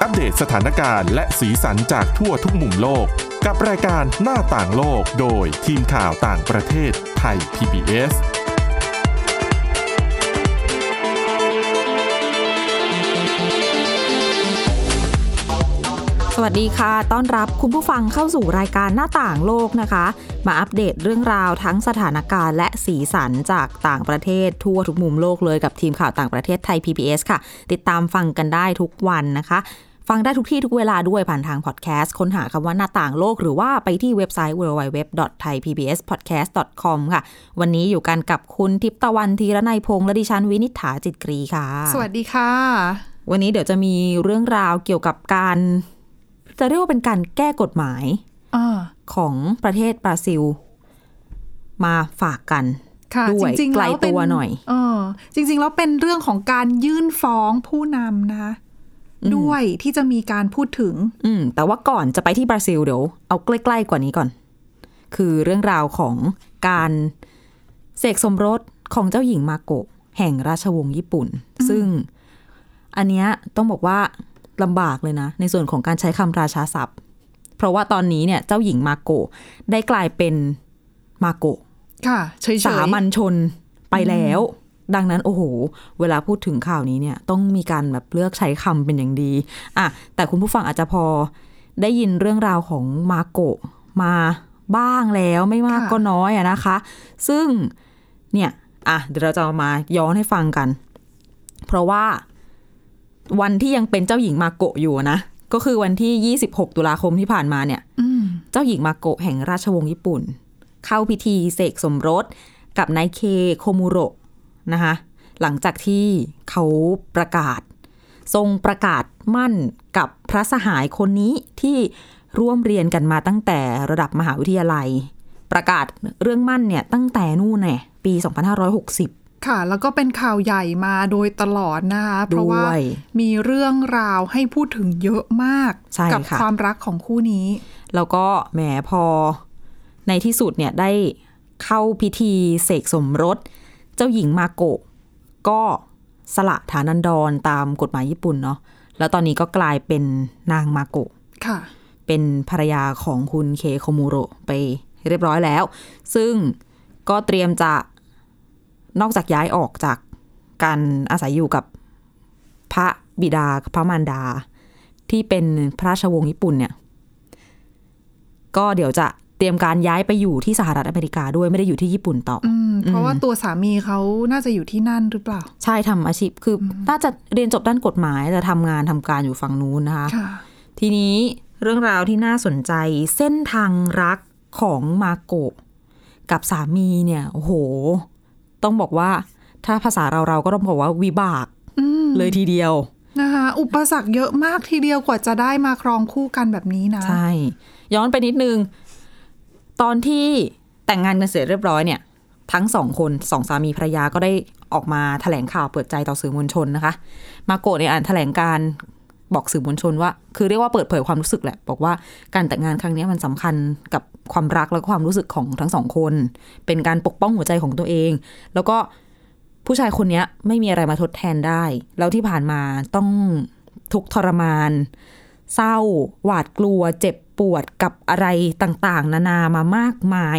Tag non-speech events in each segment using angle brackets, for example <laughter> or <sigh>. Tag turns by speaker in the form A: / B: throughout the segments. A: อัปเดตสถานการณ์และสีสันจากทั่วทุกมุมโลก กับรายการหน้าต่างโลกโดยทีมข่าวต่างประเทศไทย PBS
B: สวัสดีค่ะ ต้อนรับคุณผู้ฟังเข้าสู่รายการหน้าต่างโลกนะคะ มาอัปเดตเรื่องราวทั้งสถานการณ์และสีสันจากต่างประเทศทั่วทุกมุมโลกเลยกับทีมข่าวต่างประเทศไทย PBS ค่ะ ติดตามฟังกันได้ทุกวันนะคะ ฟังได้ทุกที่ทุกเวลาด้วยผ่านทางพอดแคสต์ค้นหาคำว่าหน้าต่างโลกหรือว่าไปที่เว็บไซต์ www.thaipbspodcast.com ค่ะ วันนี้อยู่กันกับคุณทิพย์ตะวันธีรนัยพงษ์และดิฉันวินิษฐาจิตกรีค่ะ
C: สวัสดีค่ะ
B: วันนี้เดี๋ยวจะมีเรื่องราวเกี่ยวกับการ จะเรียกว่าเป็นการแก้กฎหมาย
C: อ่า
B: ของประเทศบราซิล มาฝากกัน
C: ค่ะ
B: ด้
C: จ
B: วย
C: ริงๆ
B: ไกล
C: แเป็
B: ตัวหน่อย
C: เออจริง ๆ แล้วเป็นเรื่องของการยื่นฟ้องผู้นำนะคะ ด้วยที่จะมีการพูดถึง
B: อืม แต่ว่าก่อนจะไปที่บราซิลเดี๋ยวเอาใกล้ๆกว่านี้ก่อน คือเรื่องราวของการเสกสมรสของเจ้าหญิงมาโกะแห่งราชวงศ์ญี่ปุ่น ซึ่งอันเนี้ยต้องบอกว่าลำบากเลยนะ ในส่วนของการใช้คำราชาศัพท์ เพราะว่าตอนนี้เนี่ยเจ้าหญิงมาโกะได้กลายเป็นมาโกะ
C: ค่ะ เฉยๆ
B: สามัญชนไปแล้ว ดังนั้นโอ้โห เวลาพูดถึงข่าวนี้เนี่ย ต้องมีการแบบเลือกใช้คำเป็นอย่างดีอ่ะแต่คุณผู้ฟังอาจจะพอได้ยินเรื่องราวของมาโกะมาบ้างแล้วไม่มากก็น้อยอะนะคะ ซึ่งเนี่ยอ่ะเดี๋ยวเราจะมาย้อนให้ฟังกัน เพราะว่าวันที่ยังเป็นเจ้าหญิงมาโกะอยู่นะ ก็คือวันที่ 26 ตุลาคมที่ผ่านมาเนี่ย
C: อืม
B: เจ้าหญิงมาโกะแห่งราชวงศ์ญี่ปุ่น เข้าพิธีเสกสมรสกับนายเคโคมุโระนะคะหลังจากที่เขาประกาศ ทรงประกาศมั่นกับพระสหายคนนี้ที่ร่วมเรียนกันมาตั้งแต่ระดับมหาวิทยาลัย ประกาศเรื่องมั่นเนี่ยตั้งแต่นู่นแน่ปี 2560
C: ค่ะ แล้วก็เป็นข่าวใหญ่มาโดยตลอดนะคะ เพราะว่า
B: ด้วย
C: มีเรื่องราวให้พูดถึงเยอะมาก
B: ใช่
C: กั
B: ค่ะ
C: ความรักของคู่นี้
B: แล้วก็แหมพอในที่สุดเนี่ยได้เข้าพิธีเสกสมรส เจ้าหญิงมาโกะก็สละฐานันดรตามกฎหมายญี่ปุ่นเนาะแล้วตอนนี้ก็กลายเป็นนางมาโกะ
C: ค่ะ
B: เป็นภรรยาของคุณเคโคมูโระไปเรียบร้อยแล้ว ซึ่งก็เตรียมจะนอกจากย้ายออกจากการอาศัยอยู่กับพระบิดากับพระมารดา ที่เป็นพระราชวงศ์ญี่ปุ่นเนี่ย ก็เดี๋ยวจะเตรียมการย้ายไปอยู่ที่สหรัฐอเมริกาด้วยไม่ได้อยู่ที่ญี่ปุ่นต่ออ
C: อืม เพราะว่าตัวสามีเขาน่าจะอยู่ที่นั่นหรือเปล่า
B: ใช่ทำอาชีพคืออน่าจะเรียนจบด้านกฎหมายแต่ทำงานทำการอยู่ฝั่งนู้นนะคะ
C: ค่ะ
B: ทีนี้เรื่องราวที่น่าสนใจเส้นทางรักของมาโกะกับสามีเนี่ยโอ้โห ต้องบอกว่าถ้าภาษาเราเราก็ต้องบอกว่าวิบาก
C: อืม
B: เลยทีเดียว
C: นะคะ อุปสรรคเยอะมากทีเดียวกว่าจะได้มาครองคู่กันแบบนี้นะ
B: ใช่ ย้อนไปนิดนึง ตอนที่แต่งงานกันเสร็จเรียบร้อยเนี่ย ทั้งสองคนสองสามีภรรยาก็ได้ออกมาแถลงข่าวเปิดใจต่อสื่อมวลชนนะคะ มาโกะเนี่ยอ่านแถลงการบอกสื่อมวลชนว่า คือเรียกว่าเปิดเผยความรู้สึกแหละ บอกว่าการแต่งงานครั้งเนี้ยมันสำคัญกับความรักและความรู้สึกของทั้งสองคน เป็นการปกป้องหัวใจของตัวเอง แล้วก็ผู้ชายคนเนี้ยไม่มีอะไรมาทดแทนได้ แล้วที่ผ่านมาต้องทุกข์ทรมาน เศร้า หวาดกลัว เจ็บปวดกับอะไรต่างๆ นานามามากมาย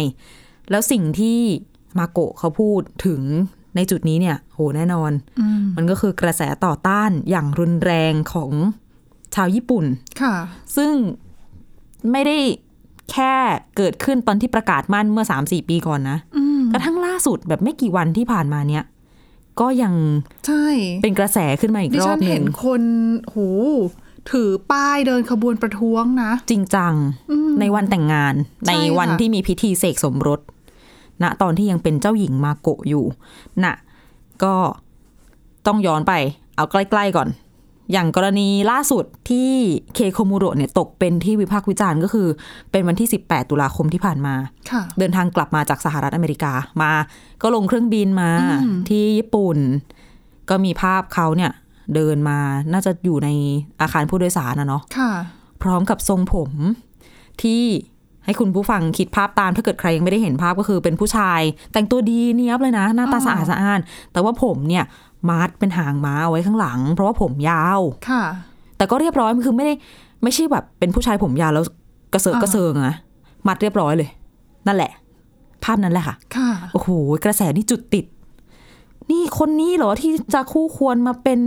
B: แล้วสิ่งที่มาโกะเขาพูดถึงในจุดนี้เนี่ย โหแน่นอน
C: อืม
B: มันก็คือกระแสต่อต้านอย่างรุนแรงของชาวญี่ปุ่น
C: ค่ะ
B: ซึ่งไม่ได้แค่เกิดขึ้นตอนที่ประกาศมั่นเมื่อ 3-4 ปีก่อนนะ
C: อืม
B: กระทั่งล่าสุดแบบไม่กี่วันที่ผ่านมาเนี่ย ก็ยัง
C: ใช่
B: เป็นกระแสขึ้นมาอีก
C: ดิ
B: รอ
C: ฉั
B: บ
C: น
B: ห
C: เห็
B: นึ่
C: น
B: ง
C: คนโหถือป้ายเดินขบวนประท้วงนะ
B: จริงจัง
C: อืม
B: ในวันแต่งงาน
C: ใช่
B: ในวัน
C: ค่ะ
B: ที่มีพิธีเสกสมรสณตอนที่ยังเป็นเจ้าหญิงมาโกะอยู่น่ะก็ต้องย้อนไป เอาใกล้ๆก่อน อย่างกรณีล่าสุดที่เคโคมูโระเนี่ยตกเป็นที่วิพากษ์วิจารณ์ก็คือ เป็นวันที่ 18 ตุลาคมที่ผ่านมา
C: ค่ะ
B: เดินทางกลับมาจากสหรัฐอเมริกามา ก็ลงเครื่องบินมา
C: อืม
B: ที่ญี่ปุ่น ก็มีภาพเขาเนี่ย เดินมาน่าจะอยู่ในอาคารผู้โดยสารนะเนาะ
C: ค่ะ
B: พร้อมกับทรงผมที่ให้คุณผู้ฟังคิดภาพตามถ้าเกิดใครยังไม่ได้เห็นภาพก็คือเป็นผู้ชาย แต่งตัวดีเนียบเลยนะ หน้าตา
C: อ๋อ
B: สะอาดสะอ้าน แต่ว่าผมเนี่ยมัดเป็นหางม้าเอาไว้ข้างหลัง เพราะว่าผมยาว
C: ค่ะ
B: แต่ก็เรียบร้อยมันคือไม่ได้ไม่ใช่แบบเป็นผู้ชายผมยาวแล้วกระเซอะ
C: อ่า
B: กระเซิงนะมัดเรียบร้อยเลย นั่นแหละ ภาพนั้นแหละค่ะ
C: ค่ะ
B: โอ้โหกระแสนี่จุดติด นี่คนนี้เหรอที่จะคู่ควรมาเป็น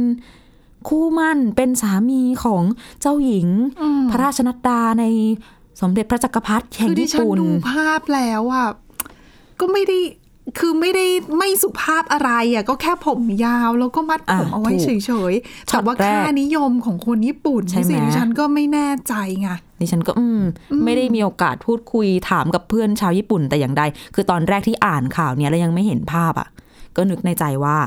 B: คู่หมั่นเป็นสามีของเจ้าหญิง
C: อืม
B: พระราชนัดดาในสมเด็จพระจักรพรรดิแห่ง
C: คือดิ
B: ญี่
C: ฉัน
B: ปุ่น
C: ดูภาพแล้วอ่ะก็ไม่ได้คือไม่ได้ไม่สุภาพอะไรอ่ะก็แค่ผมยาวแล้วก็มัดผม
B: อ่ะ
C: เอาไว้
B: ถูก
C: เฉยๆ
B: ช็
C: แต่
B: อต
C: ว่า
B: แรก
C: ค่านิยมของคนญี่ปุ่น
B: ใช่
C: นี่สิ
B: ไหม
C: ดิฉันก็ไม่แน่ใจไง
B: ดิฉันก็อืมไม่ได้มีโอกาสพูดคุยถามกับเพื่อนชาวญี่ปุ่นแต่อย่างใด คือตอนแรกที่อ่านข่าวเนี่ยแล้วยังไม่เห็นภาพอ่ะ ก็นึกในใจว่า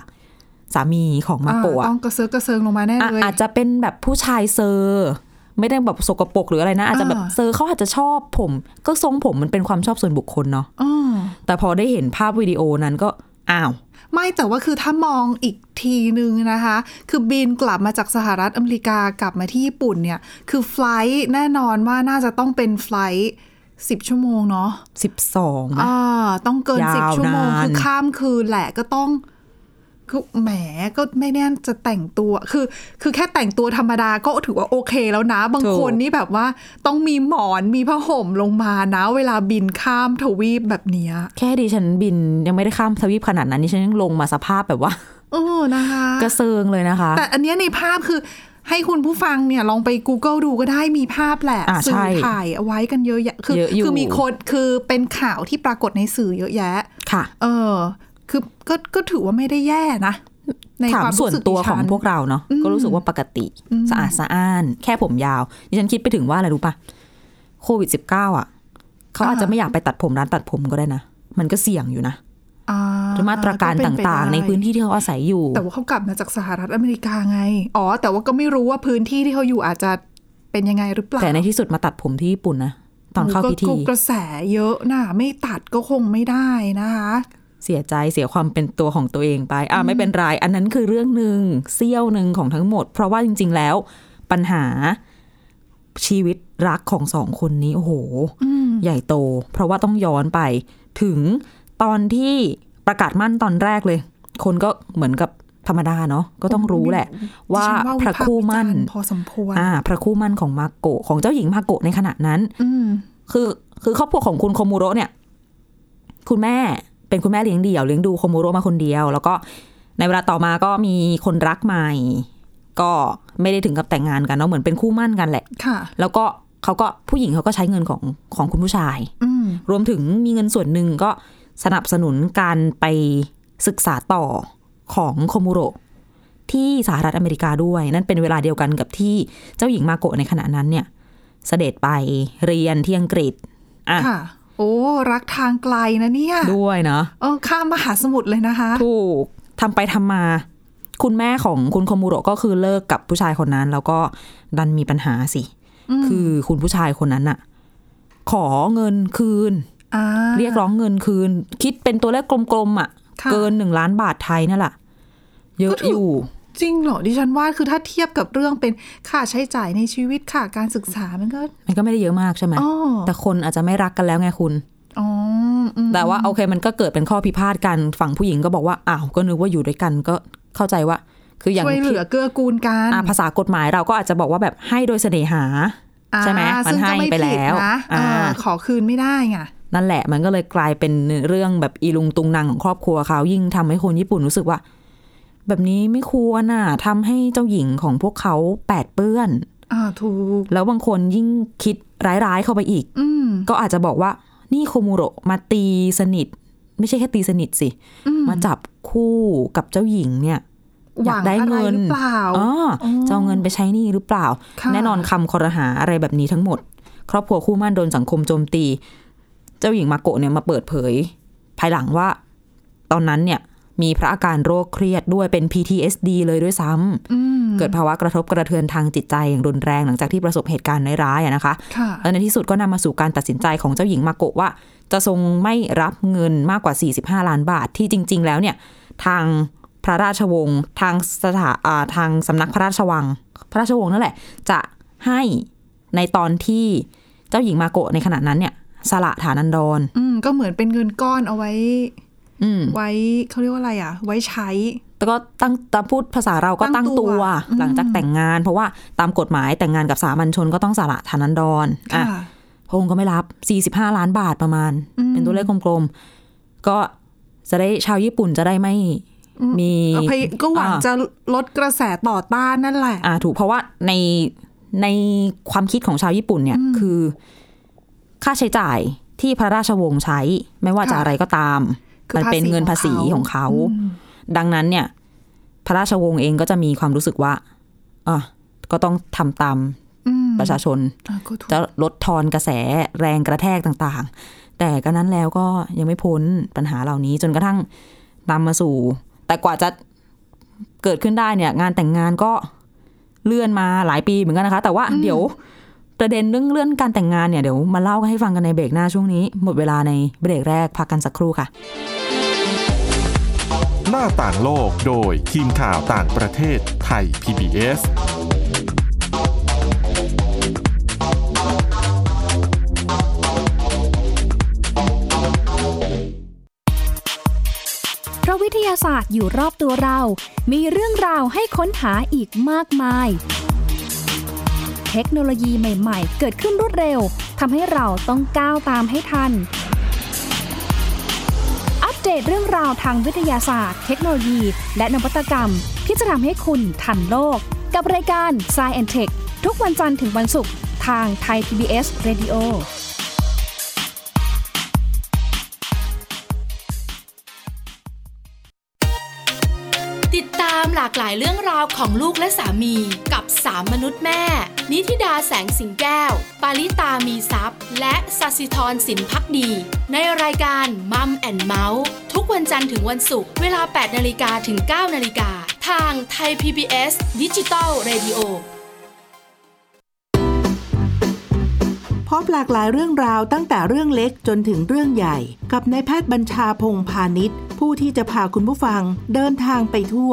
B: สามีของมาโกะ
C: อ่า
B: อะ
C: ต้องกระเซิร์กกระเซิงลงมาแน่
B: อ่ะ
C: เลย
B: อาจจะเป็นแบบผู้ชายเซอร์ ไม่ได้แบบสกปรกหรืออะไรนะ อาจจะแบบ
C: อ่า
B: เซอร์เขาอาจจะชอบผม ก็ทรงผมมันเป็นความชอบส่วนบุคคลเนาะ
C: อ่า
B: แต่พอได้เห็นภาพวิดีโอนั้นก็อ้าว
C: ไม่แต่ว่าคือถ้ามองอีกทีนึงนะคะ คือบินกลับมาจากสหรัฐอเมริกากลับมาที่ญี่ปุ่นเนี่ย คือไฟลท์แน่นอนว่าน่าจะต้องเป็นไฟลท์สิบชั่วโมงเนาะ
B: 12นะ
C: อ่าต้องเกิน
B: ยาว
C: สิบชั่วโมง
B: นาน
C: คือข้ามคืนแหละก็ต้องคือแหมก็ไม่แน่จะแต่งตัวคือ คือแค่แต่งตัวธรรมดาก็ถือว่าโอเคแล้วนะ บางคนนี่แบบว่าต้องมีหมอนมีผ้าห่มลงมานะ เวลาบินข้ามทวีปแบบเนี้ย
B: แค่ดิฉันบินยังไม่ได้ข้ามทวีปขนาดนั้นดิฉันยังลงมาสภาพแบบว่า
C: โอ้นะคะ
B: กระเซิงเลยนะคะ
C: แต่อันเนี้ยในภาพคือให้คุณผู้ฟังเนี่ยลองไป Google ดูก็ได้มีภาพแหละ
B: อ่า
C: สื่
B: ใช่
C: อถ่ายเอาไว้กันเยอะแยะคื
B: เยอะอยู่
C: คืมีคนคือเป็นข่าวที่ปรากฏในสื่อเยอะแยะ
B: ค่ะ
C: เออ คือก็ก็ถือว่าไม่ได้แย่นะใน
B: ถา
C: ค
B: ม
C: วาม
B: ส่วน
C: รู้สึก
B: ตัว
C: ดิ
B: ข
C: ฉั
B: อง
C: น
B: พวกเราเนาะ
C: อืม
B: ก็รู้สึกว่าปกติ
C: อืม
B: สะอาดสะอ้าน แค่ผมยาวดิฉันคิดไปถึงว่าอะไรรู้ปะโควิด -19 อ่ะเขาอาจจะไม่อยากไปตัดผมร้านตัดผมก็ได้นะ มันก็เสี่ยงอยู่นะ
C: อ่
B: มาตรการ
C: เป็ไป
B: ต่างๆ ใน
C: ได้
B: พื้นที่ที่เขาอาศัยอยู่
C: แต่ว่าเขากลับมาจากสหรัฐอเมริกาไง อ๋อ แต่ว่าก็ไม่รู้ว่าพื้นที่ที่เขาอยู่อาจจะเป็นยังไงหรือเปล่า
B: แต่ในที่สุดมาตัดผมที่ญี่ปุ่นนะตอนเข้าพิธี
C: ก็กระแสเยอะนะไม่ตัดก็คงไม่ได้นะคะ
B: เสียใจเสียความเป็นตัวของตัวเองไป อ่ะไม่เป็นไรอันนั้นคือเรื่องหนึ่งเสี้ยวหนึ่งของทั้งหมด เพราะว่าจริง ๆ แล้ว ปัญหาชีวิตรักของสองคนนี้โอ้โห
C: อืม
B: ใหญ่โต เพราะว่าต้องย้อนไปถึงตอนที่ประกาศมั่นตอนแรกเลย คนก็เหมือนกับธรรมดาเนาะก็ต้องรู้แหละ ว่า
C: ดิฉัน
B: พระคู่มั่น
C: วิพากษ์วิจารณ์พอสมควร
B: อ่า พระคู่มั่นของมาโกะของเจ้าหญิงมาโกะในขณะนั้น
C: อืม
B: คือคือครอบครัวของคุณโคมูโระเนี่ย คุณแม่เป็นคุณแม่เลี้ยงเดี่ยวเลี้ยงดูโคมูโระมาคนเดียว แล้วก็ในเวลาต่อมาก็มีคนรักใหม่ ก็ไม่ได้ถึงกับแต่งงานกันเนาะเหมือนเป็นคู่มั่นกันแหละ
C: ค่ะ
B: แล้วก็เขาก็ผู้หญิงเขาก็ใช้เงินของของคุณผู้ชาย
C: อืม
B: รวมถึงมีเงินส่วนหนึ่งก็สนับสนุนการไปศึกษาต่อของโคมูโระที่สหรัฐอเมริกาด้วย นั่นเป็นเวลาเดียวกันกับที่เจ้าหญิงมาโกะในขณะนั้นเนี่ย เสด็จไปเรียนที่อังกฤษอ่ะ
C: ค่ะ โอ้ รักทางไกลนะเนี่ย
B: ด้วยเนาะ
C: เออข้ามมหาสมุทรเลยนะคะ
B: ถูกทำไปทำมา คุณแม่ของคุณโคมูโระก็คือเลิกกับผู้ชายคนนั้น แล้วก็ดันมีปัญหาสิ
C: อืม
B: คือคุณผู้ชายคนนั้นอะขอเงินคืน
C: อ่า
B: เรียกร้องเงินคืน คิดเป็นตัวเลขกลมๆอ่ะ
C: ค่ะ
B: เกินหนึ่งล้านบาทไทยนั่นแหละเยอะอยู่
C: จริงเหรอดิฉันว่าคือถ้าเทียบกับเรื่องเป็นค่าใช้จ่ายในชีวิตค่ะการศึกษามันก็
B: มันก็ไม่ได้เยอะมากใช่ไหม
C: อ๋อ
B: แต่คนอาจจะไม่รักกันแล้วไงคุณ
C: อ๋ออืม
B: แต่ว่าโอเคมันก็เกิดเป็นข้อพิพาทกันฝั่งผู้หญิงก็บอกว่าอ้าวก็นึกว่าอยู่ด้วยกันก็เข้าใจว่า คืออย่าง
C: ช่วยเหลือเกื้อกูลกัน
B: อ่ะภาษากฎหมายเราก็อาจจะบอกว่าแบบให้โดยเสน่หา ใช่ไหม
C: อ่า
B: มัน
C: ซึ่งก็ม่
B: ให้ไป
C: ผิด
B: แล้ว
C: นะเอออา ขอคืนไม่ได้ไง
B: นั่นแหละมันก็เลยกลายเป็นเรื่องแบบอีลุงตุงนางของครอบครัวเขายิ่งทำให้คนญี่ปุ่นรู้สึกว่า แบบนี้ไม่ควรน่ะทำให้เจ้าหญิงของพวกเขาแปดเปื้อน
C: อ่าถูก
B: แล้วบางคนยิ่งคิดร้ายๆเข้าไปอีก
C: อืม
B: ก็อาจจะบอกว่านี่โคมูโระมาตีสนิท ไม่ใช่แค่ตีสนิทสิ
C: อืม
B: มาจับคู่กับเจ้าหญิงเนี่ย
C: ห
B: อยา
C: วั
B: ก
C: ง
B: ได้
C: อะไร
B: เงิน
C: หรือเปล่า
B: อ๋อจะเอาเงินไปใช้หนี่หรือเปล่า
C: ค่ะ
B: แน่นอนคำคอรหาอะไรแบบนี้ทั้งหมด ครอบครัวคู่หมั่นโดนสังคมโจมตี เจ้าหญิงมาโกะเนี่ยมาเปิดเผย ภายหลังว่า ตอนนั้นเนี่ยมีพระอาการโรคเครียดด้วยเป็น PTSD เลยด้วยซ้ำ
C: อืม
B: เกิดภาวะกระทบกระเทือนทางจิตใจอย่างรุนแรงหลังจากที่ประสบเหตุการณ์ร้ายๆอะนะคะ
C: ค่ะ
B: แล้วในที่สุดก็นำมาสู่การตัดสินใจของเจ้าหญิงมาโกะว่า จะทรงไม่รับเงินมากกว่า 45 ล้านบาทที่จริง ๆ แล้วเนี่ย ทางพระราชวงศ์ทางสถาอ่าทางสำนักพระราชวัง พระราชวงศ์นั่นแหละ จะให้ในตอนที่เจ้าหญิงมาโกะในขณะนั้นเนี่ยสละฐานันดร
C: อืมก็เหมือนเป็นเงินก้อนเอาไว้
B: อืม
C: ไว้เขาเรียกว่าอะไรอ่ะ ไว้ใช้
B: แล้วก็ตั้งตามพูดภาษาเราก็
C: ตั้
B: ตั้
C: ง
B: ง
C: ตั
B: ตัว ว
C: อืม
B: หลังจากแต่งงาน เพราะว่าตามกฎหมายแต่งงานกับสามัญชนก็ต้องสละฐานันดรอ่ะ
C: ค่ะ
B: พระองค์ก็ไม่รับ 45 ล้านบาทประมาณ
C: อืม
B: เป็นตัวเลขกลมๆ ก็จะได้ชาวญี่ปุ่นจะได้ไม่
C: อืม
B: มี
C: เอาพยก็หวัง
B: อ่า
C: จะลดกระแสต่อต้านนั่นแหละ
B: อ่าถูกเพราะว่าในในความคิดของชาวญี่ปุ่นเนี่ย
C: อืม
B: คือ ค่าใช้จ่ายที่พระราชวงศ์ใช้ ไม่ว่าจะ
C: ค่ะ
B: อะไรก็ตาม
C: คือ
B: มันเป็นเงินภาษีของเขา
C: อืม
B: ดังนั้นเนี่ย พระราชวงศ์เองก็จะมีความรู้สึกว่าอ่ะก็ต้องทำตาม
C: อืม
B: ประชาชน
C: อ่ะก็ถูก
B: จะลดทอนกระแสแรงกระแทกต่างๆ แต่ก็นั้นแล้วก็ยังไม่พ้นปัญหาเหล่านี้จนกระทั่งนำมาสู่ แต่กว่าจะเกิดขึ้นได้เนี่ย งานแต่งงานก็เลื่อนมาหลายปีเหมือนกันนะคะ แต่ว่าเดี๋ยวประเด็นเรื่องเลื่อนการแต่งงานเนี่ยเดี๋ยวมาเล่ากันให้ฟังกันในเบรกหน้าช่วงนี้ หมดเวลาในเบรกแรกพักกันสักครู่ค่ะ
A: หน้าต่างโลกโดยทีมข่าวต่างประเทศไทย PBS
D: เพราะวิทยาศาสตร์อยู่รอบตัวเรา มีเรื่องราวให้ค้นหาอีกมากมาย เทคโนโลยีใหม่ ๆ เกิดขึ้นรวดเร็ว ทำให้เราต้องก้าวตามให้ทัน อัปเดตเรื่องราวทางวิทยาศาสตร์ เทคโนโลยี และนวัตกรรม ที่จะทำให้คุณทันโลก กับรายการ s c i e n t e c h ทุกวันจันทร์ถึงวันศุกร์ทางไทย PBS Radio
E: ติดตามหลากหลายเรื่องราวของลูกและสามีกับสามมนุษย์แม่ นิธิดาแสงสิงแก้ว ปาริตามีซัพ์และสัสิธรสินพักดี ในรายการมัมแอนเมาส์ทุกวันจันทร์ถึงวันศุกร์เวลา 8นาฬิกาถึง 9นาฬิกาทางไทย PBS ดิจิตอล Radio
F: พบหลากหลายเรื่องราวตั้งแต่เรื่องเล็กจนถึงเรื่องใหญ่ กับนายแพทย์บัญชาพงษ์พาณิชย์ ผู้ที่จะพาคุณผู้ฟังเดินทางไปทั่ว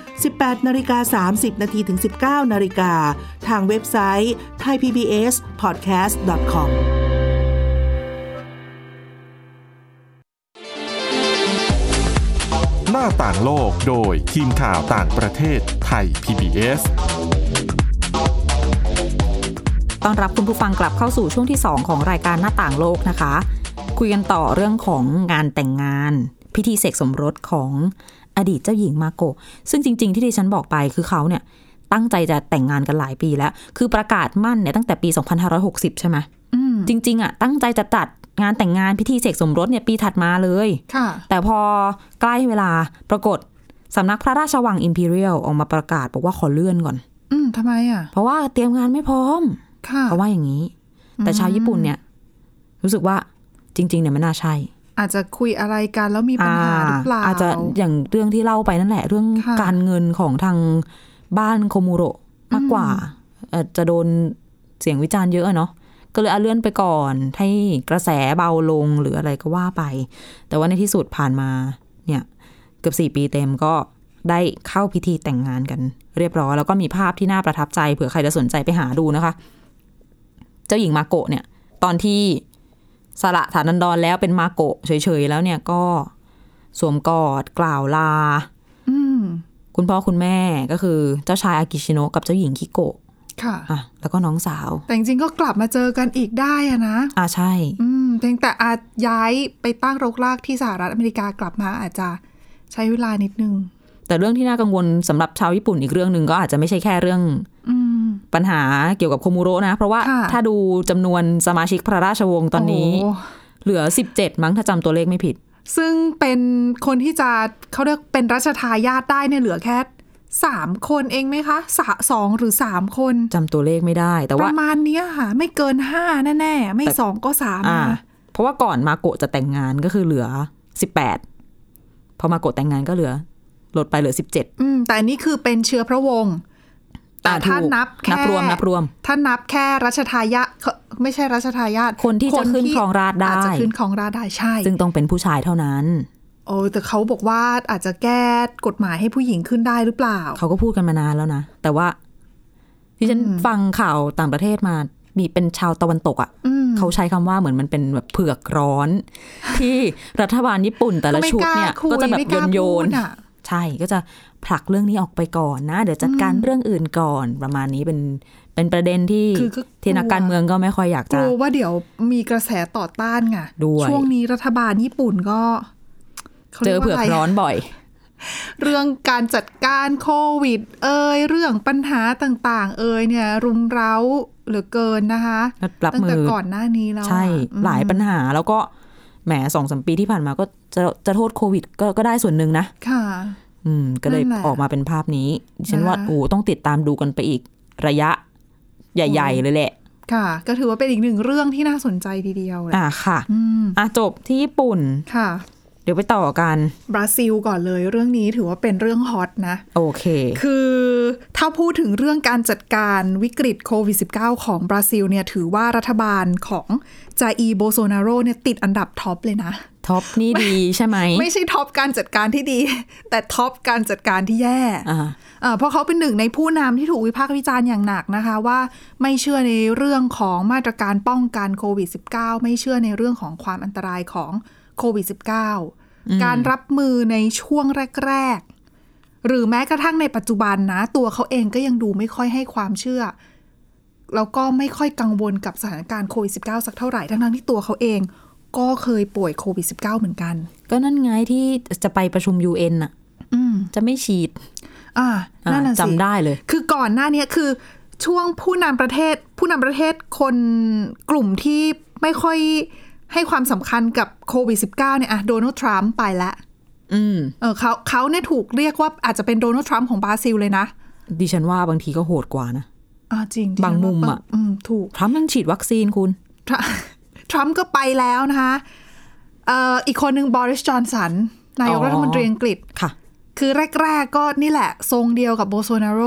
F: 18นาฬิกา30นาทีถึง 19นาฬิกาทางเว็บไซต์ thaipbspodcast.com
A: หน้าต่างโลกโดยทีมข่าวต่างประเทศไทย PBS
B: ต้อนรับคุณผู้ฟังกลับเข้าสู่ช่วงที่ 2 ของรายการหน้าต่างโลกนะคะ คุยกันต่อเรื่องของงานแต่งงาน พิธีเสกสมรสของอดีตเจ้าหญิงมาโกะซึ่งจริง ๆ ที่ดิฉันบอกไปคือเขาเนี่ย ตั้งใจจะแต่งงานกันหลายปีแล้ว คือประกาศมั่นเนี่ยตั้งแต่ปี 2560 ใช่ไหม
C: อืม
B: จริง ๆ อ่ะ ตั้งใจจะจัดงานแต่งงานพิธีเสกสมรสเนี่ยปีถัดมาเลย
C: ค่ะ
B: แต่พอใกล้เวลาปรากฏสำนักพระราชวังอิมพีเรียลออกมาประกาศบอกว่าขอเลื่อนก่อน
C: อืมทำไมอ่ะ
B: เพราะว่าเตรียมงานไม่พร้อม
C: ค่ะ
B: เขาว่าอย่างนี้ แต่ชาวญี่ปุ่นเนี่ย รู้สึกว่าจริง ๆ เนี่ยมันน่าใช่
C: อาจจะคุยอะไรกันแล้วมีปัญหาหรือเปล่า
B: อ่าอาจจะอย่างเรื่องที่เล่าไปนั่นแหละ เรื่อง
C: ค่ะ
B: การเงินของทางบ้านโคมูโระมากกว่าเอ่อจะโดนเสียงวิจารณ์เยอะอะเนาะก็เลยเอาเลื่อนไปก่อน ให้กระแสเบาลงหรืออะไรก็ว่าไป แต่ว่าในที่สุดผ่านมาเนี่ยเกือบสี่ปีเต็มก็ได้เข้าพิธีแต่งงานกัน เรียบร้อยแล้วก็มีภาพที่น่าประทับใจเผื่อใครจะสนใจไปหาดูนะคะ เจ้าหญิงมาโกะเนี่ย ตอนที่สละฐานันดรแล้วเป็นมาโกะเฉยๆแล้วเนี่ยก็สวมกอดกล่าวลา
C: ืม
B: คุณพ่อคุณแม่ก็คือเจ้าชายอากิชิโนะกับเจ้าหญิงคิโกะ
C: ค่ะ
B: อ่ะแล้วก็น้องสาว
C: แต่จริงๆก็กลับมาเจอกันอีกได้อะนะ
B: อ่ะใช่
C: อืมเพียงแต่อาจย้ายไปตั้งรกรากที่สหรัฐอเมริกากลับมาอาจจะใช้เวลานิดนึง
B: แต่เรื่องที่น่ากังวลสำหรับชาวญี่ปุ่นอีกเรื่องหนึ่งก็อาจจะไม่ใช่แค่เรื่อง
C: อืม
B: ปัญหาเกี่ยวกับโคมูโระนะ เพราะว่า
C: ค่ะ
B: ถ้าดูจำนวนสมาชิกพระราชวงศ์ตอนนี้
C: โโห
B: เหลือ 17 มั้งถ้าจำตัวเลขไม่ผิด
C: ซึ่งเป็นคนที่จะเขาเรียกเป็นรัชทายาทได้เนี่ยเหลือแค่สามคนเองไหมคะสะสองหรือสามคน
B: จำตัวเลขไม่ได้ แต่
C: ป
B: ว่า
C: ระมาณเนี้ยค่ะ ไม่เกินห้าแน่ๆ ไม่
B: แต่
C: สองก็สาม
B: อ่า
C: นะ
B: เพราะว่าก่อนมาโกะจะแต่งงานก็คือเหลือสิบแปดพอมาโกะแต่งงานก็เหลือ ลดไปเหลือสิบเจ็ด
C: อืมแต่อันนี้คือเป็นเชื้อพระวงศ์แต่
B: อ่า
C: ถ้า
B: ถูก
C: นับแค่
B: นับรวมนับรวม
C: ถ้านับแค่รัชทายาทเขาไม่ใช่รัชทายาท
B: คนที่จะขึ้นครองราชย์ได้
C: อาจจะขึ้นครองราชย์ได้ใช่
B: ซึ่งต้องเป็นผู้ชายเท่านั้น
C: โอ้ยแต่เขาบอกว่าอาจจะแก้กฎหมายให้ผู้หญิงขึ้นได้หรือเปล่า
B: เขาก็พูดกันมานานแล้วนะ แต่ว่าที่ฉันฟังข่าวต่างประเทศมามีเป็นชาวตะวันตกอะ่ะ
C: อืม
B: เขาใช้คำว่าเหมือนมันเป็นแบบเผือกร้อน ที่รัฐบาลญี่ปุ่นแต่ละ
C: ก็ไม่
B: ชุด
C: กล้า
B: เนี่ย
C: คุย
B: ก็จะแบบ
C: ไม่
B: โย
C: กล้าน
B: โย
C: พู
B: น
C: ดอะ
B: ใช่ก็จะผลักเรื่องนี้ออกไปก่อนนะ เดี๋ยวจัดการเรื่องอื่นก่อนประมาณนี้เป็นเป็นประเด็นที่
C: คือก็
B: ที่นัก
C: กลัว
B: การเมืองก็ไม่ค่อยอยาก
C: ก
B: จะ
C: ลัวว่าเดี๋ยวมีกระแสต่อต้านไง
B: ด้วย
C: ช่วงนี้รัฐบาลญี่ปุ่นก็ขา
B: เจ
C: รีย
B: อกเผื
C: ว่า
B: อก
C: อะไร
B: ร้อนบ่อย
C: เรื่องการจัดการโควิด เอ่ยเรื่องปัญหาต่าง ๆ เอ่ยเนี่ย รุมเร้าเหลือเกินนะคะ
B: รับ
C: ตั้งแต่
B: มือ
C: ก่อนหน้านี้แล้วอะ
B: ใช่
C: อืม
B: หลายปัญหาแล้วก็แหมสองสมปีที่ผ่านมาก็จะจะโทษโควิดก็ก็ได้ส่วนหนึ่งนะ
C: ค่ะ
B: อืม ก็เลย
C: นั่นแหละ
B: ออกมาเป็นภาพนี้ดิฉันว่า
C: นะคะ
B: โอ้ต้องติดตามดูกันไปอีกระยะ ใหญ่ ๆ เลยแหละ
C: ค่ะ ก็ถือว่าเป็นอีกหนึ่งเรื่องที่น่าสนใจทีเดียวแหละ
B: อ่ะค่ะ
C: อืม
B: อ่ะจบที่ญี่ปุ่น
C: ค่ะ
B: เดี๋ยวไปต่อกัน
C: บราซิลก่อนเลยเรื่องนี้ถือว่าเป็นเรื่องฮอตนะ
B: โอเค
C: คือถ้าพูดถึงเรื่องการจัดการวิกฤตโควิด -19 ของบราซิลเนี่ยถือว่ารัฐบาลของจาอีโบโซนาโรเนี่ยติดอันดับท็อปเลยนะ
B: ท็อปนี่ดีใช่ไหม
C: ไม่ใช่ท็อปการจัดการที่ดี แต่ท็อปการจัดการที่แย่
B: อ่ะ
C: เอ่อเพราะเขาเป็นหนึ่งในผู้นำที่ถูกวิพากษ์วิจารณ์อย่างหนักนะคะ ว่าไม่เชื่อในเรื่องของมาตรการป้องกันโควิด -19 ไม่เชื่อในเรื่องของความอันตรายของโควิด -19 การรับมือในช่วงแรก ๆ หรือแม้กระทั่งในปัจจุบันนะ ตัวเขาเองก็ยังดูไม่ค่อยให้ความเชื่อ แล้วก็ไม่ค่อยกังวลกับสถานการณ์โควิด -19 สักเท่าไหร่ ทั้งๆที่ตัวเขาเองก็เคยป่วยโควิด -19 เหมือนกัน
B: ก็นั่นไงที่จะไปประชุม UN น่ะ
C: อืม
B: จะไม่ฉีด
C: อ่า
B: อ่ะ
C: นั่นน่ะสิ
B: จำได้เลย
C: คือก่อนหน้าเนี้ยคือช่วงผู้นำประเทศ ผู้นำประเทศคนกลุ่มที่ไม่ค่อยให้ความสำคัญกับโควิด -19 เนี่ยอะโดนัลด์ทรัมป์ไปแล้ว
B: อืม
C: เออเขาเขาเนี่ยถูกเรียกว่าอาจจะเป็นโดนัลด์ทรัมป์ของบราซิลเลยนะ
B: ดิฉันว่าบางทีก็โหดกว่านะ
C: อ่าจริงๆ
B: บางมุมอะ
C: อืมถูก
B: ทรัมป์ยังฉีดวัคซีนคุณ
C: ท <laughs> รัทรัมป์ก็ไปแล้วนะคะเอ่ออีกคนหนึ่งบอริสจอนสัน นายก
B: อ๋อ
C: รัฐมนตรีอังกฤษ
B: ค่ะ
C: คือแรก ๆ ก็นี่แหละ ทรงเดียวกับโบโซนาโร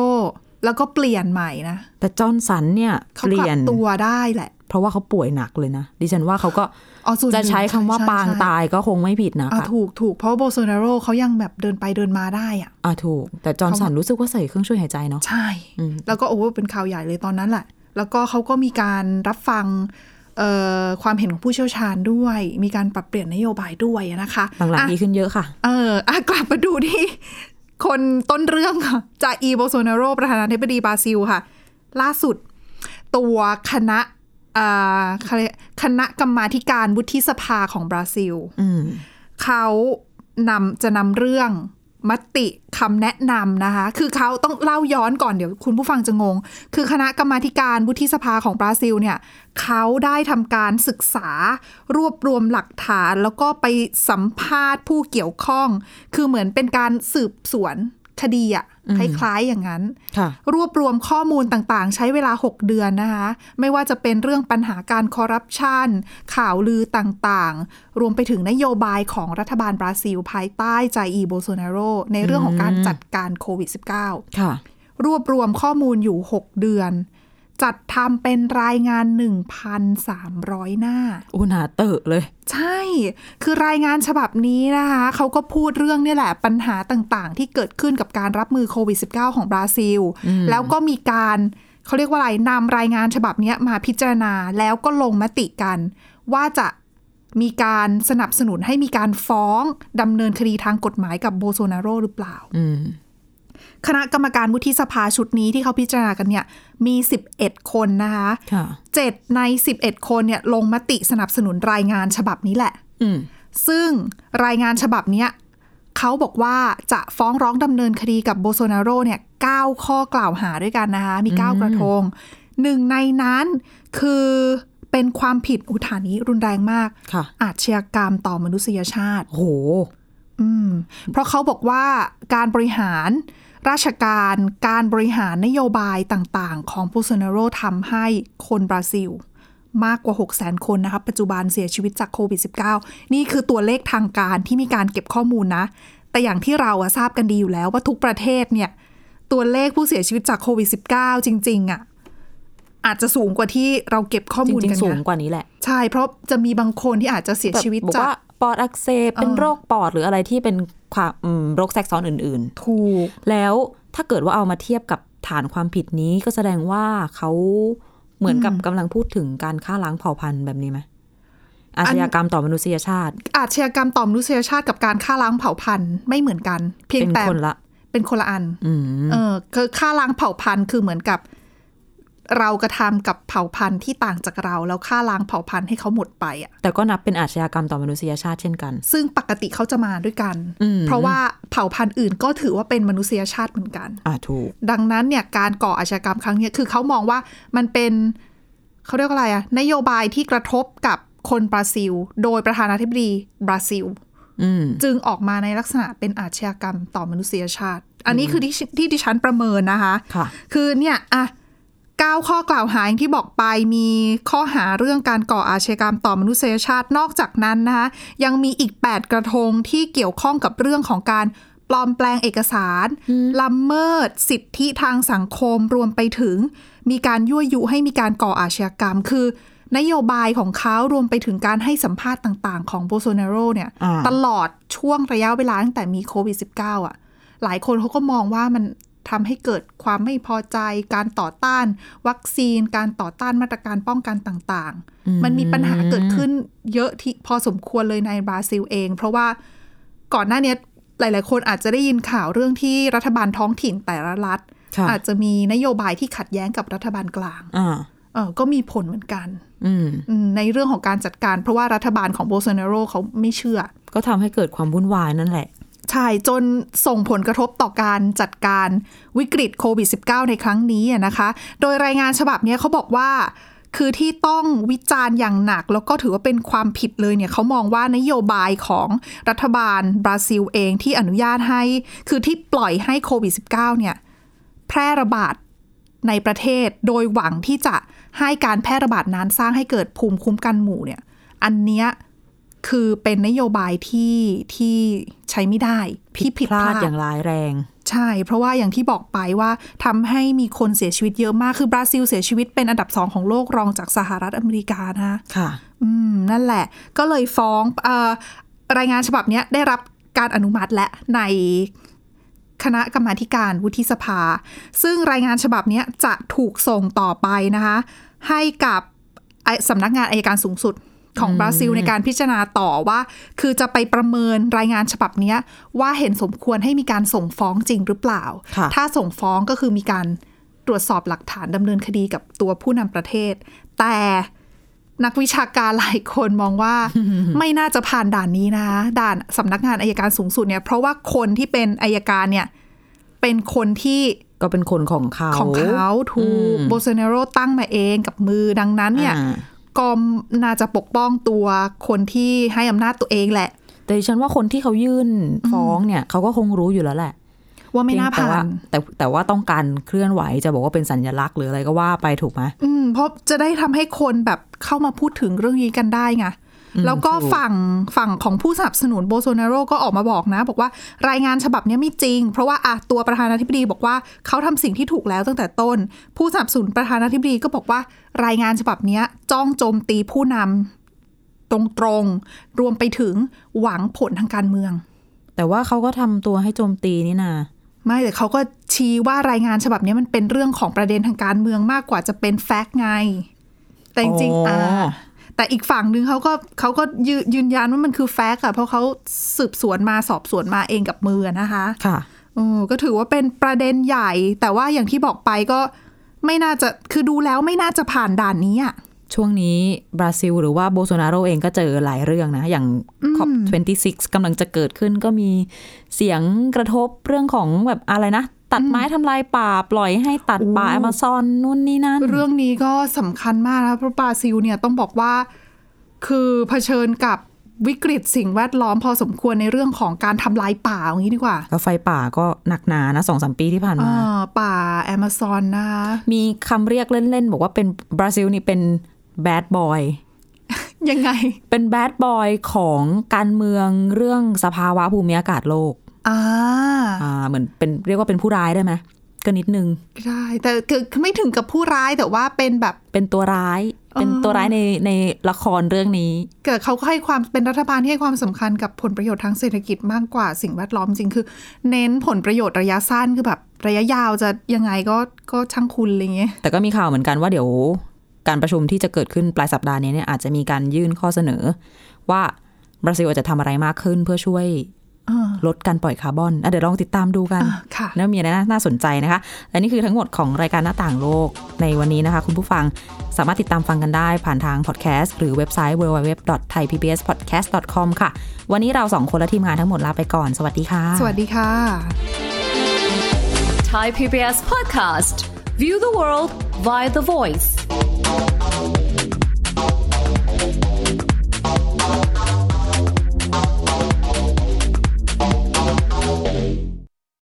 C: แล้วก็เปลี่ยนใหม่นะ
B: แต่จอร์นสันเนี่ย
C: เขา
B: เป
C: ก
B: ลี่
C: ลั
B: ย
C: บ
B: น
C: ตัวได้แหละ
B: เพราะว่าเขาป่วยหนักเลยนะ ดิฉันว่าเขาก็
C: อ๋อส่วนหนึ่
B: จะ
C: ง
B: ใช้คำว่า
C: ใช่ใช่
B: ปางตายก็คงไม่ผิดนะ
C: อ่ะ
B: คะ
C: ถูกถูกเพราะว่าโบโซนาโรเขายังแบบเดินไปเดินมาได้อ่ะ
B: อ่ะถูก แต่จอร์นสันรู้สึกว่าใส่เครื่องช่วยหายใจเนาะ
C: ใช่
B: อืม
C: แล้วก็โอ้โหเป็นข่าวใหญ่เลยตอนนั้นแหละ แล้วก็เขาก็มีการรับฟังเอ่อความเห็นของผู้เชี่ยวชาญด้วย มีการปรับเปลี่ยนนโยบายด้วยนะคะ
B: หลัง
C: อ่ะ
B: ๆดีขึ้นเยอะค่ะ
C: เอออะกลับมาดูที่ คนต้นเรื่องค่ะจาอีโบโซนาโรประธานาธิบดีบราซิลค่ะ ล่าสุด ตัวคณะอ่าเขาเรียกคณะกรรมาธิการวุฒิสภาของบราซิล
B: อืม
C: เขานำจะนำเรื่องมติคำแนะนำนะคะ คือเขาต้องเล่าย้อนก่อนเดี๋ยวคุณผู้ฟังจะงง คือคณะกรรมาธิการวุฒิสภาของบราซิลเนี่ยเขาได้ทำการศึกษารวบรวมหลักฐาน แล้วก็ไปสัมภาษณ์ผู้เกี่ยวข้อง คือเหมือนเป็นการสืบสวนคดีอะคล้ายๆอย่างนั้น
B: ค่ะ
C: รวบรวมข้อมูลต่างๆ ใช้เวลา 6 เดือนนะคะ ไม่ว่าจะเป็นเรื่องปัญหาการคอร์รัปชันข่าวลือต่างๆ รวมไปถึงนโยบายของรัฐบาลบราซิล ภายใต้ใจอีโบโซนาโร ในเรื่องของการจัดการโควิด -19
B: ค่ะ
C: รวบรวมข้อมูลอยู่ 6 เดือน จัดทำเป็นรายงาน 1,300 หน้า
B: อุณาเตอะเลย
C: ใช่ คือรายงานฉบับนี้นะคะเขาก็พูดเรื่องเนี่ยแหละปัญหาต่างๆ ที่เกิดขึ้นกับการรับมือโควิด -19 ของบราซิล แล้วก็มีการเขาเรียกว่าอะไรนำรายงานฉบับเนี้ยมาพิจารณาแล้วก็ลงมติกัน ว่าจะมีการสนับสนุนให้มีการฟ้องดำเนินคดีทางกฎหมายกับโบโซนาโรหรือเปล่า
B: อืม
C: คณะกรรมการวุฒิสภาชุดนี้ที่เขาพิจารณากันเนี่ยมี 11 คนนะคะ
B: ค่ะ
C: 7 ใน 11 คนเนี่ยลงมติสนับสนุนรายงานฉบับนี้แหละ
B: อืม
C: ซึ่งรายงานฉบับเนี้ยเขาบอกว่าจะฟ้องร้องดำเนินคดีกับโบโซนาโรเนี่ย9ข้อกล่าวหาด้วยกันนะคะ มี 9 กระทงหนึ่งในนั้นคือเป็นความผิดอุยฐานนี้รุนแรงมาก
B: ค่ะ
C: อาชญากรรมต่อมนุษยชาติ
B: โอ้โห
C: อืมเพราะเขาบอกว่าการบริหารราชการการบริหารนโยบายต่างๆ ของโบโซนาโรทำให้คนบราซิล มากกว่า 6 0 0 0 0 0 คนนะคะปัจจุบันเสียชีวิตจากโควิด -19 นี่คือตัวเลขทางการที่มีการเก็บข้อมูลนะ แต่อย่างที่เราอะทราบกันดีอยู่แล้วว่าทุกประเทศเนี่ย ตัวเลขผู้เสียชีวิตจากโควิด -19 จริง ๆอะอาจจะสูงกว่าที่เราเก็บข้อ
B: จ
C: มูล
B: ริง
C: กัน
B: ๆสูง
C: นะ
B: กว่านี้แหละ
C: ใช่เพราะจะมีบางคนที่อาจจะเสียชีวิต
B: แบบบอก
C: จา
B: ว่าก ปอดอักเสบเป็น
C: เออ
B: โรคปอดหรืออะไรที่เป็นความอืมโรคแทรกซ้อนอื่น ๆ
C: ถูก
B: แล้วถ้าเกิดว่าเอามาเทียบกับฐานความผิดนี้ก็แสดงว่าเขาเหมือนกับ
C: อืม
B: กำลังพูดถึงการฆ่าล้างเผ่าพันธุ์แบบนี้ไหมอา
C: อั
B: ช
C: น
B: ญากรรมต่อมนุษยชาติ
C: อาชญากรรมต่อมนุษยชาติกับการฆ่าล้างเผ่าพันธุ์ไม่เหมือนกัน เพียง
B: เป็น
C: แต่
B: คนละ
C: เป็นคนละอัน
B: อืม
C: เออคือฆ่าล้างเผ่าพันธุ์คือเหมือนกับ เรากระทำกับเผ่าพันธุ์ที่ต่างจากเราแล้วฆ่าล้างเผ่าพันธุ์ให้เขาหมดไปอ่ะ
B: แต่ก็นับเป็นอาชญากรรมต่อมนุษยชาติเช่นกัน
C: ซึ่งปกติเขาจะมาด้วยกัน
B: อืม
C: เพราะว่าเผ่าพันธุ์อื่นก็ถือว่าเป็นมนุษยชาติเหมือนกัน
B: อ่าถูก
C: ดังนั้นเนี่ยการก่ออาชญากรรมครั้งเนี้ยคือเขามองว่ามันเป็นเขาเรียกว่าอะไรอะนโยบายที่กระทบกับคนบราซิล โดยประธานาธิบดีบราซิล
B: อืม
C: จึงออกมาในลักษณะเป็นอาชญากรรมต่อมนุษยชาติ อันนี้คือที่ที่ดิฉันประเมินนะคะ
B: ค่ะ
C: คือเนี่ยอะเก้าข้อกล่าวหาอย่างที่บอกไปมีข้อหาเรื่องการก่ออาชญากรรมต่อมนุษยชาตินอกจากนั้นนะคะยังมีอีก 8 กระทงที่เกี่ยวข้องกับเรื่องของการปลอมแปลงเอกสารล้ำเมิด สิทธิทางสังคมรวมไปถึง มีการยั่วยุให้มีการก่ออาชญากรรม คือนโยบายของเขารวมไปถึงการให้สัมภาษณ์ต่าง ๆ ของโบโซเนโรเนี่ย
B: อ่า
C: ตลอดช่วงระยะเวลาตั้งแต่มีโควิด -19 อ่ะ หลายคนเขาก็มองว่ามันทำให้เกิดความไม่พอใจ การต่อต้าน วัคซีน การต่อต้านมาตรการป้องกันต่างๆ มันมีปัญหาเกิดขึ้นเยอะที่พอสมควรเลยในบราซิลเอง เพราะว่าก่อนหน้าเนี้ยหลาย ๆ คนอาจจะได้ยินข่าวเรื่องที่รัฐบาลท้องถิ่นแต่ละรัฐ
B: ค่ะ
C: อาจจะมีนโยบายที่ขัดแย้งกับรัฐบาลกลาง
B: อ่า
C: เออก็มีผลเหมือนกัน
B: อืม
C: อืมในเรื่องของการจัดการ เพราะว่ารัฐบาลของโบโซเนโรเขาไม่เชื่อ
B: ก็ทำให้เกิดความวุ่นวายนั่นแหละ
C: ใช่จนส่งผลกระทบต่อการจัดการวิกฤตโควิด -19 ในครั้งนี้อะนะคะ โดยรายงานฉบับเนี้ยเขาบอกว่า คือที่ต้องวิจารณ์อย่างหนัก แล้วก็ถือว่าเป็นความผิดเลยเนี่ยเขามองว่านโยบายของรัฐบาลบราซิลเองที่อนุญาตให้ คือที่ปล่อยให้โควิด -19 เนี่ยแพร่ระบาดในประเทศโดยหวังที่จะให้การแพร่ระบาดนั้นสร้างให้เกิดภูมิคุ้มกันหมู่เนี่ยอันเนี้ย คือเป็นนโยบายที่ที่ใช้ไม่ได้ที่
B: พลาดอย่างร้ายแรง
C: ใช่ เพราะว่าอย่างที่บอกไปว่าทำให้มีคนเสียชีวิตเยอะมาก คือบราซิลเสียชีวิตเป็นอันดับสองของโลกรองจากสหรัฐอเมริกานะคะ
B: ค่ะ
C: อืม นั่นแหละ ก็เลยฟ้องเออรายงานฉบับเนี้ยได้รับการอนุมัติและในคณะกรรมาธิการวุฒิสภา ซึ่งรายงานฉบับเนี้ยจะถูกส่งต่อไปนะคะ ให้กับไอ้สำนักงานอายการสูงสุดของบราซิลในการพิจารณาต่อว่า คือจะไปประเมินรายงานฉบับเนี้ยว่าเห็นสมควรให้มีการส่งฟ้องจริงหรือเปล่า
B: ค่ะ
C: ถ้าส่งฟ้องก็คือมีการตรวจสอบหลักฐานดำเนินคดีกับตัวผู้นำประเทศ แต่ นักวิชาการหลายคนมองว่า
B: <laughs>
C: ไม่น่าจะผ่านด่านนี้นะ ด่านสำนักงานอายการสูงสุดเนี่ย เพราะว่าคนที่เป็นอายการเนี่ย เป็นคนที่
B: ก็เป็นคนของเขา
C: ของเขาถูกโบเซเนโรตั้งมาเองกับมือดังนั้นเนี่ย
B: อ่า
C: ก็น่าจะปกป้องตัวคนที่ให้อำนาจตัวเองแหละ
B: แต่ดิฉันว่าคนที่เขายื่นฟ้องเนี่ยเขาก็คงรู้อยู่แล้วแหละ
C: ว่าไม่น่าผ่าน
B: แต่ว่าแต่แต่ว่าต้องการเคลื่อนไหวจะบอกว่าเป็นสัญลักษณ์หรืออะไรก็ว่าไปถูกไหม
C: อืมเพราะจะได้ทำให้คนแบบเข้ามาพูดถึงเรื่องนี้กันได้ไง แล้วก็
B: ถูก
C: ฝั่งฝั่งของผู้สนับสนุนโบโซนาโรก็ออกมาบอกนะ บอกว่ารายงานฉบับเนี้ยไม่จริง เพราะว่าอะตัวประธานาธิบดีบอกว่าเขาทำสิ่งที่ถูกแล้วตั้งแต่ต้น ผู้สนับสนุนประธานาธิบดีก็บอกว่ารายงานฉบับเนี้ยจ้องโจมตีผู้นำตรงๆ รวมไปถึงหวังผลทางการเมือง
B: แต่ว่าเขาก็ทำตัวให้โจมตีนี่นา
C: ไม่แต่เขาก็ชี้ว่ารายงานฉบับเนี้ยมันเป็นเรื่องของประเด็นทางการเมืองมากกว่าจะเป็นแฟกต์ไง แต่จริง
B: อ๋ออ่
C: ๆอ่าแต่อีกฝั่งหนึ่งเขาก็เขาก็ยืยืนยันว่ามันคือแฟกต์อะเพราะเขาสืบสวนมาสอบสวนมาเองกับมืออะนะคะ
B: ค่ะ
C: เออก็ถือว่าเป็นประเด็นใหญ่ แต่ว่าอย่างที่บอกไปก็ไม่น่าจะคือดูแล้วไม่น่าจะผ่านด่านนี้อะ
B: ช่วงนี้บราซิลหรือว่าโบโซนาโรเองก็เจอหลายเรื่องนะ อย่างคอป26กำลังจะเกิดขึ้นก็มีเสียงกระทบเรื่องของแบบอะไรนะ ตัดไม้ทำลายป่าปล่อยให้ตัด
C: โอ้
B: ป่าอเมซอนนู่นนี่นั่น
C: เรื่องนี้ก็สำคัญมากนะเพราะบราซิลเนี่ยต้องบอกว่าคือเผชิญกับวิกฤตสิ่งแวดล้อมพอสมควรในเรื่องของการทำลายป่าอย่างนี้ดีกว่า
B: แล้วไฟป่าก็หนักหนานะสองสามปีที่ผ่านมา
C: เออป่าแอมะซอนนะคะ
B: มีคำเรียกเล่น ๆ บอกว่าเป็นบราซิลนี่เป็นแบดบอย
C: ยังไง
B: เป็นแบดบอยของการเมืองเรื่องสภาวะภูมิอากาศโลก
C: อ่า
B: อ่าเหมือนเป็นเรียกว่าเป็นผู้ร้ายได้ไหมก็นิดนึง
C: ใช่แต่คือไม่ถึงกับผู้ร้ายแต่ว่าเป็นแบบ
B: เป็นตัวร้าย เป็นตัวร้ายในในละครเรื่องนี้
C: เกิดเขาก็ให้ความเป็นรัฐบาลที่ให้ความสำคัญกับผลประโยชน์ทางเศรษฐกิจมากกว่าสิ่งแวดล้อมจริงคือ เน้นผลประโยชน์ระยะสั้นคือแบบระยะยาวจะยังไงก็ก็ช่างคุณอะไรเงี้ย
B: แต่ก็มีข่าวเหมือนกันว่าเดี๋ยว การประชุมที่จะเกิดขึ้นปลายสัปดาห์นี้เนี่ยอาจจะมีการยื่นข้อเสนอ ว่าบราซิลอาจจะทำอะไรมากขึ้นเพื่อช่วย
C: อ่า
B: ลดการปล่อยคาร์บอนอ่ะเดี๋ยวลองติดตามดูกัน
C: อ่าค่ะ
B: แล้วมีอะไรน่าน่าสนใจนะคะ และนี่คือทั้งหมดของรายการหน้าต่างโลกในวันนี้นะคะ คุณผู้ฟังสามารถติดตามฟังกันได้ผ่านทางพอดแคสต์หรือเว็บไซต์ www.thaipbspodcast.com ค่ะ วันนี้เราสองคนและทีมงานทั้งหมดลาไปก่อน สวัสดีค่ะ
C: สวัสดีค่ะ
G: Thai PBS podcast. View the world via the voice.